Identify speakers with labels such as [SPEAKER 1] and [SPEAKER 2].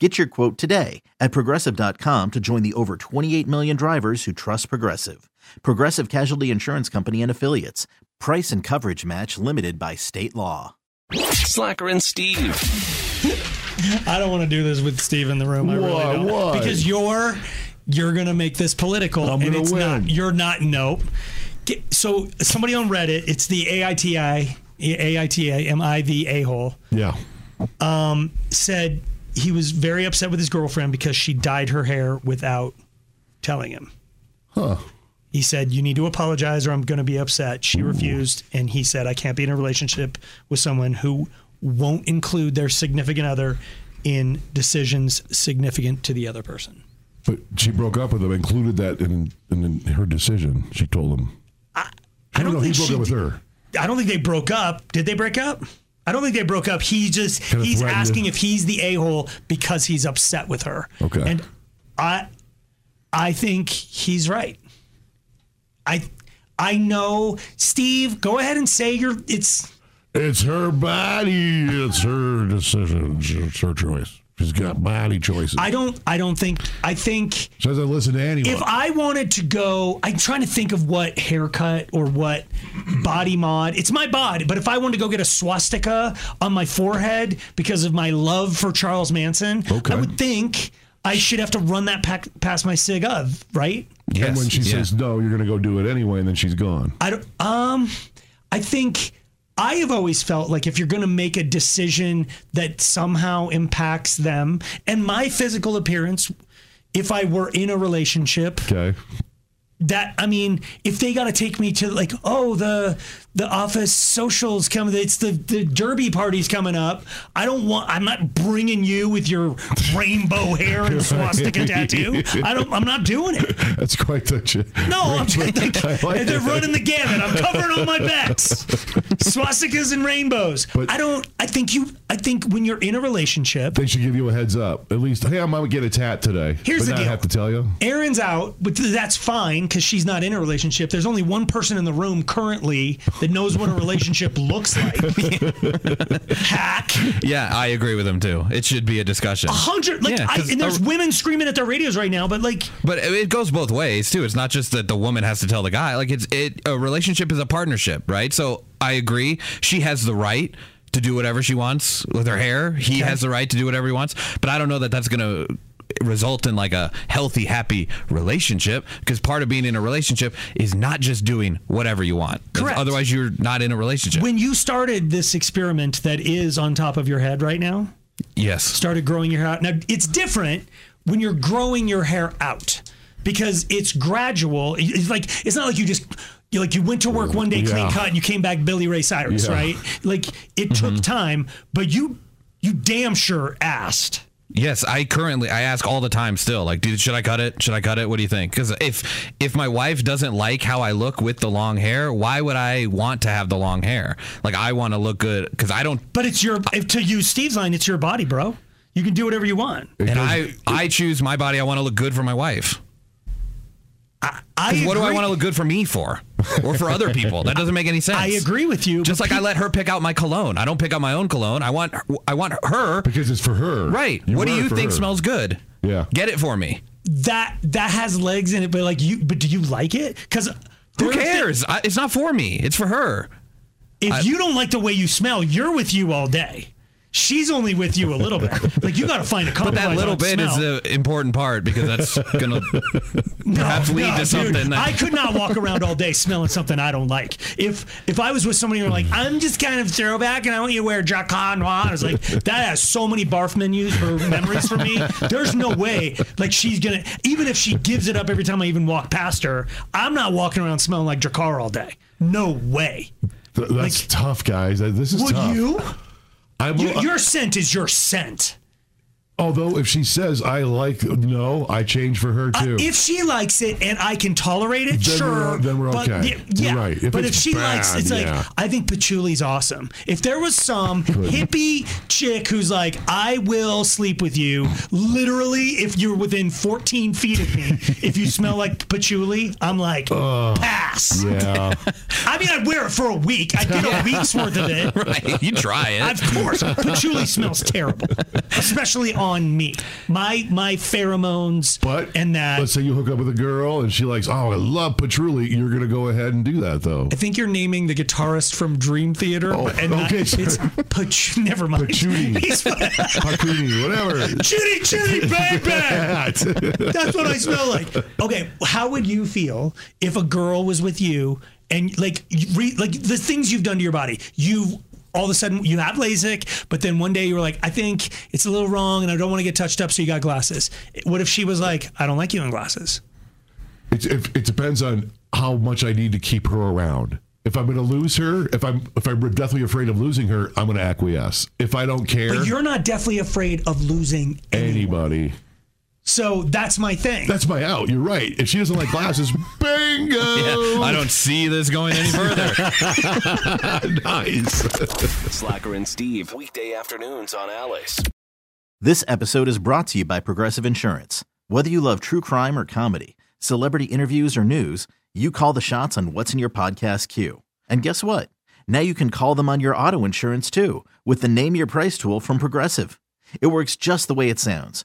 [SPEAKER 1] Get your quote today at progressive.com to join the over 28 million drivers who trust Progressive. Progressive Casualty Insurance Company and Affiliates. Price and coverage match limited by state law.
[SPEAKER 2] Slacker and Steve.
[SPEAKER 3] I don't want to do this with Steve in the room. I really
[SPEAKER 4] Why?
[SPEAKER 3] don't.
[SPEAKER 4] Why?
[SPEAKER 3] Because you're you're gonna make this political,
[SPEAKER 4] I'm
[SPEAKER 3] and
[SPEAKER 4] gonna
[SPEAKER 3] it's not.
[SPEAKER 4] win.
[SPEAKER 3] You're not. Nope. Get- So somebody on Reddit, it's the AITI, AITA, am I the a hole?
[SPEAKER 4] Yeah.
[SPEAKER 3] Said he was very upset with his girlfriend because she dyed her hair without telling him.
[SPEAKER 4] Huh.
[SPEAKER 3] He said, You need to apologize or I'm going to be upset. She refused. And he said, I can't be in a relationship with someone who won't include their significant other in decisions significant to the other person.
[SPEAKER 4] But she broke up with him, included that in, in, in her decision, she told him.
[SPEAKER 3] I
[SPEAKER 4] No,
[SPEAKER 3] don't
[SPEAKER 4] no,
[SPEAKER 3] think
[SPEAKER 4] he broke
[SPEAKER 3] she
[SPEAKER 4] up with
[SPEAKER 3] did-
[SPEAKER 4] her.
[SPEAKER 3] I don't think they broke up. Did they break up? I don't think they broke up. He just
[SPEAKER 4] Kinda
[SPEAKER 3] he's
[SPEAKER 4] threatened
[SPEAKER 3] asking
[SPEAKER 4] her.
[SPEAKER 3] if he's the a hole because he's upset with her.
[SPEAKER 4] Okay.
[SPEAKER 3] And I I think he's right. I I know Steve, go ahead and say you're it's
[SPEAKER 4] It's her body. It's her decision. It's her choice. She's got body choices.
[SPEAKER 3] I don't I don't think I think
[SPEAKER 4] she doesn't listen to anyone.
[SPEAKER 3] if I wanted to go, I'm trying to think of what haircut or what body mod. It's my body, but if I wanted to go get a swastika on my forehead because of my love for Charles Manson,
[SPEAKER 4] Okay.
[SPEAKER 3] I would think I should have to run that pack, past my sig of, right?
[SPEAKER 4] and when she says no, you're going to go do it anyway, and then she's gone.
[SPEAKER 3] I don't. Um, I think I have always felt like if you're going to make a decision that somehow impacts them and my physical appearance. If I were in a relationship,
[SPEAKER 4] Okay.
[SPEAKER 3] that I mean, if they got to take me to like, oh, the the office socials coming, it's the the derby party's coming up. I don't want. I'm not bringing you with your rainbow hair and swastika tattoo. I don't. I'm not doing it.
[SPEAKER 4] That's quite touching.
[SPEAKER 3] No, I'm just like,
[SPEAKER 4] like
[SPEAKER 3] they're
[SPEAKER 4] that.
[SPEAKER 3] running the gamut. I'm covering all my bets, swastikas and rainbows.
[SPEAKER 4] But-
[SPEAKER 3] I don't. I think you. I think when you're in a relationship,
[SPEAKER 4] They should give you a heads up. At least, hey, I might get a tat today.
[SPEAKER 3] Here's
[SPEAKER 4] but
[SPEAKER 3] the
[SPEAKER 4] not
[SPEAKER 3] deal.
[SPEAKER 4] have to tell you.
[SPEAKER 3] Erin's out, but th- that's fine because she's not in a relationship. There's only one person in the room currently that knows what a relationship looks like. Hack.
[SPEAKER 5] Yeah, I agree with him too. It should be a discussion.
[SPEAKER 3] Hundred. Like,
[SPEAKER 5] Yeah,
[SPEAKER 3] I,
[SPEAKER 5] 'cause
[SPEAKER 3] and there's
[SPEAKER 5] a-
[SPEAKER 3] women screaming at their radios right now, but like,
[SPEAKER 5] But it- it goes both ways too. It's not just that the woman has to tell the guy. Like it's it a relationship is a partnership, right? So I agree. She has the right to do whatever she wants with her hair. He has the right to do whatever he wants. But I don't know that that's going to result in like a healthy happy relationship because part of being in a relationship is not just doing whatever you want. 'Cause
[SPEAKER 3] Correct.
[SPEAKER 5] Otherwise you're not in a relationship.
[SPEAKER 3] when you started this experiment that is on top of your head right now,
[SPEAKER 5] yes.
[SPEAKER 3] started growing your hair out. Now it's different when you're growing your hair out because it's gradual. It's like it's not like you just you like you went to work one day clean
[SPEAKER 4] Yeah.
[SPEAKER 3] cut and you came back Billy Ray Cyrus,
[SPEAKER 4] Yeah.
[SPEAKER 3] right? Like it
[SPEAKER 5] Mm-hmm.
[SPEAKER 3] took time, but you you damn sure asked.
[SPEAKER 5] Yes, I currently I ask all the time still like, dude, should I cut it? Should I cut it? What do you think? Because if if my wife doesn't like how I look with the long hair, why would I want to have the long hair? Like I want to look good because I don't.
[SPEAKER 3] But it's your if to use Steve's line, it's your body, bro. You can do whatever you want.
[SPEAKER 5] and I I choose my body. I want to look good for my wife.
[SPEAKER 3] I
[SPEAKER 5] 'Cause What do I
[SPEAKER 3] agree-
[SPEAKER 5] want to look good for me for, or for other people? That doesn't make any sense.
[SPEAKER 3] I agree with you.
[SPEAKER 5] Just
[SPEAKER 3] but
[SPEAKER 5] like I let her pick out my cologne. I don't pick out my own cologne. I want I want her.
[SPEAKER 4] Because it's for her.
[SPEAKER 5] Right.
[SPEAKER 4] You
[SPEAKER 5] what do
[SPEAKER 4] wear it
[SPEAKER 5] you
[SPEAKER 4] for
[SPEAKER 5] think
[SPEAKER 4] her.
[SPEAKER 5] smells good?
[SPEAKER 4] Yeah.
[SPEAKER 5] Get it for me.
[SPEAKER 3] that that has legs in it, but like you, but do you like it? Because
[SPEAKER 5] Who cares? I, it's not for me. It's for her.
[SPEAKER 3] If you don't like the way you smell, you're with you all day. she's only with you a little bit. Like you got to find a
[SPEAKER 5] But
[SPEAKER 3] compromise.
[SPEAKER 5] that little
[SPEAKER 3] on
[SPEAKER 5] bit
[SPEAKER 3] smell.
[SPEAKER 5] is uh, the important part because that's gonna
[SPEAKER 3] No,
[SPEAKER 5] perhaps lead
[SPEAKER 3] no,
[SPEAKER 5] to
[SPEAKER 3] dude,
[SPEAKER 5] something. that-
[SPEAKER 3] I could not walk around all day smelling something I don't like. If if I was with somebody who were like, I'm just kind of throwback and I want you to wear Jacquard Noir, I was like, that has so many barf menus for memories for me. There's no way like she's gonna even if she gives it up every time I even walk past her, I'm not walking around smelling like Jacquard all day. No way.
[SPEAKER 4] Th- that's
[SPEAKER 3] Like-
[SPEAKER 4] tough, guys. That- This is
[SPEAKER 3] Would
[SPEAKER 4] tough.
[SPEAKER 3] you?
[SPEAKER 4] I will,
[SPEAKER 3] you?
[SPEAKER 5] uh,
[SPEAKER 3] Your scent is your scent.
[SPEAKER 4] although if she says I like no, I change for her
[SPEAKER 3] Uh,
[SPEAKER 4] too.
[SPEAKER 3] if she likes it and I can tolerate it,
[SPEAKER 4] Then
[SPEAKER 3] sure.
[SPEAKER 4] we're- then we're
[SPEAKER 3] but
[SPEAKER 4] okay.
[SPEAKER 3] y- Yeah,
[SPEAKER 4] You're right. If
[SPEAKER 3] but if
[SPEAKER 4] it's
[SPEAKER 3] she
[SPEAKER 4] bad,
[SPEAKER 3] likes, it's
[SPEAKER 4] yeah.
[SPEAKER 3] like I think patchouli's awesome. If there was some hippie chick who's like, I will sleep with you, literally, if you're within 14 feet of me, if you smell like patchouli, I'm like, pass.
[SPEAKER 4] yeah.
[SPEAKER 3] I mean, I'd wear it for a week. I'd get a week's worth of it.
[SPEAKER 5] right, you try it.
[SPEAKER 3] Of course, patchouli smells terrible, especially on me. My my pheromones
[SPEAKER 4] But
[SPEAKER 3] and that.
[SPEAKER 4] let's say you hook up with a girl and she likes, oh, I love patchouli. You're gonna go ahead and do that though.
[SPEAKER 3] I think you're naming the guitarist from Dream Theater,
[SPEAKER 4] Oh,
[SPEAKER 3] but- and not-
[SPEAKER 4] okay, sure.
[SPEAKER 3] it's Pach- never mind.
[SPEAKER 4] Patchouli.
[SPEAKER 3] He's-
[SPEAKER 4] Patchouli, whatever.
[SPEAKER 3] Chitty chitty baby.
[SPEAKER 4] That.
[SPEAKER 3] That's what I smell like. Okay, how would you feel if a girl was with you and like you re, like the things you've done to your body? You all of a sudden you have LASIK, but then one day you were like, I think it's a little wrong, and I don't want to get touched up, so you got glasses. What if she was like, I don't like you in glasses?
[SPEAKER 4] It's, it, it depends on how much I need to keep her around. If I'm going to lose her, if I'm if I'm deathly afraid of losing her, I'm going to acquiesce. If I don't care
[SPEAKER 3] But you're not deathly afraid of losing.
[SPEAKER 4] anybody,
[SPEAKER 3] So that's my thing.
[SPEAKER 4] Eh. that's my out. You're right. If she doesn't like glasses, bingo.
[SPEAKER 5] Yeah, I don't see this going any further.
[SPEAKER 4] nice.
[SPEAKER 2] Slacker and Steve, weekday afternoons on Alice.
[SPEAKER 1] This episode is brought to you by Progressive Insurance. Whether you love true crime or comedy, celebrity interviews or news, you call the shots on what's in your podcast queue. And guess what? Now you can call them on your auto insurance too with the Name Your Price tool from Progressive. It works just the way it sounds.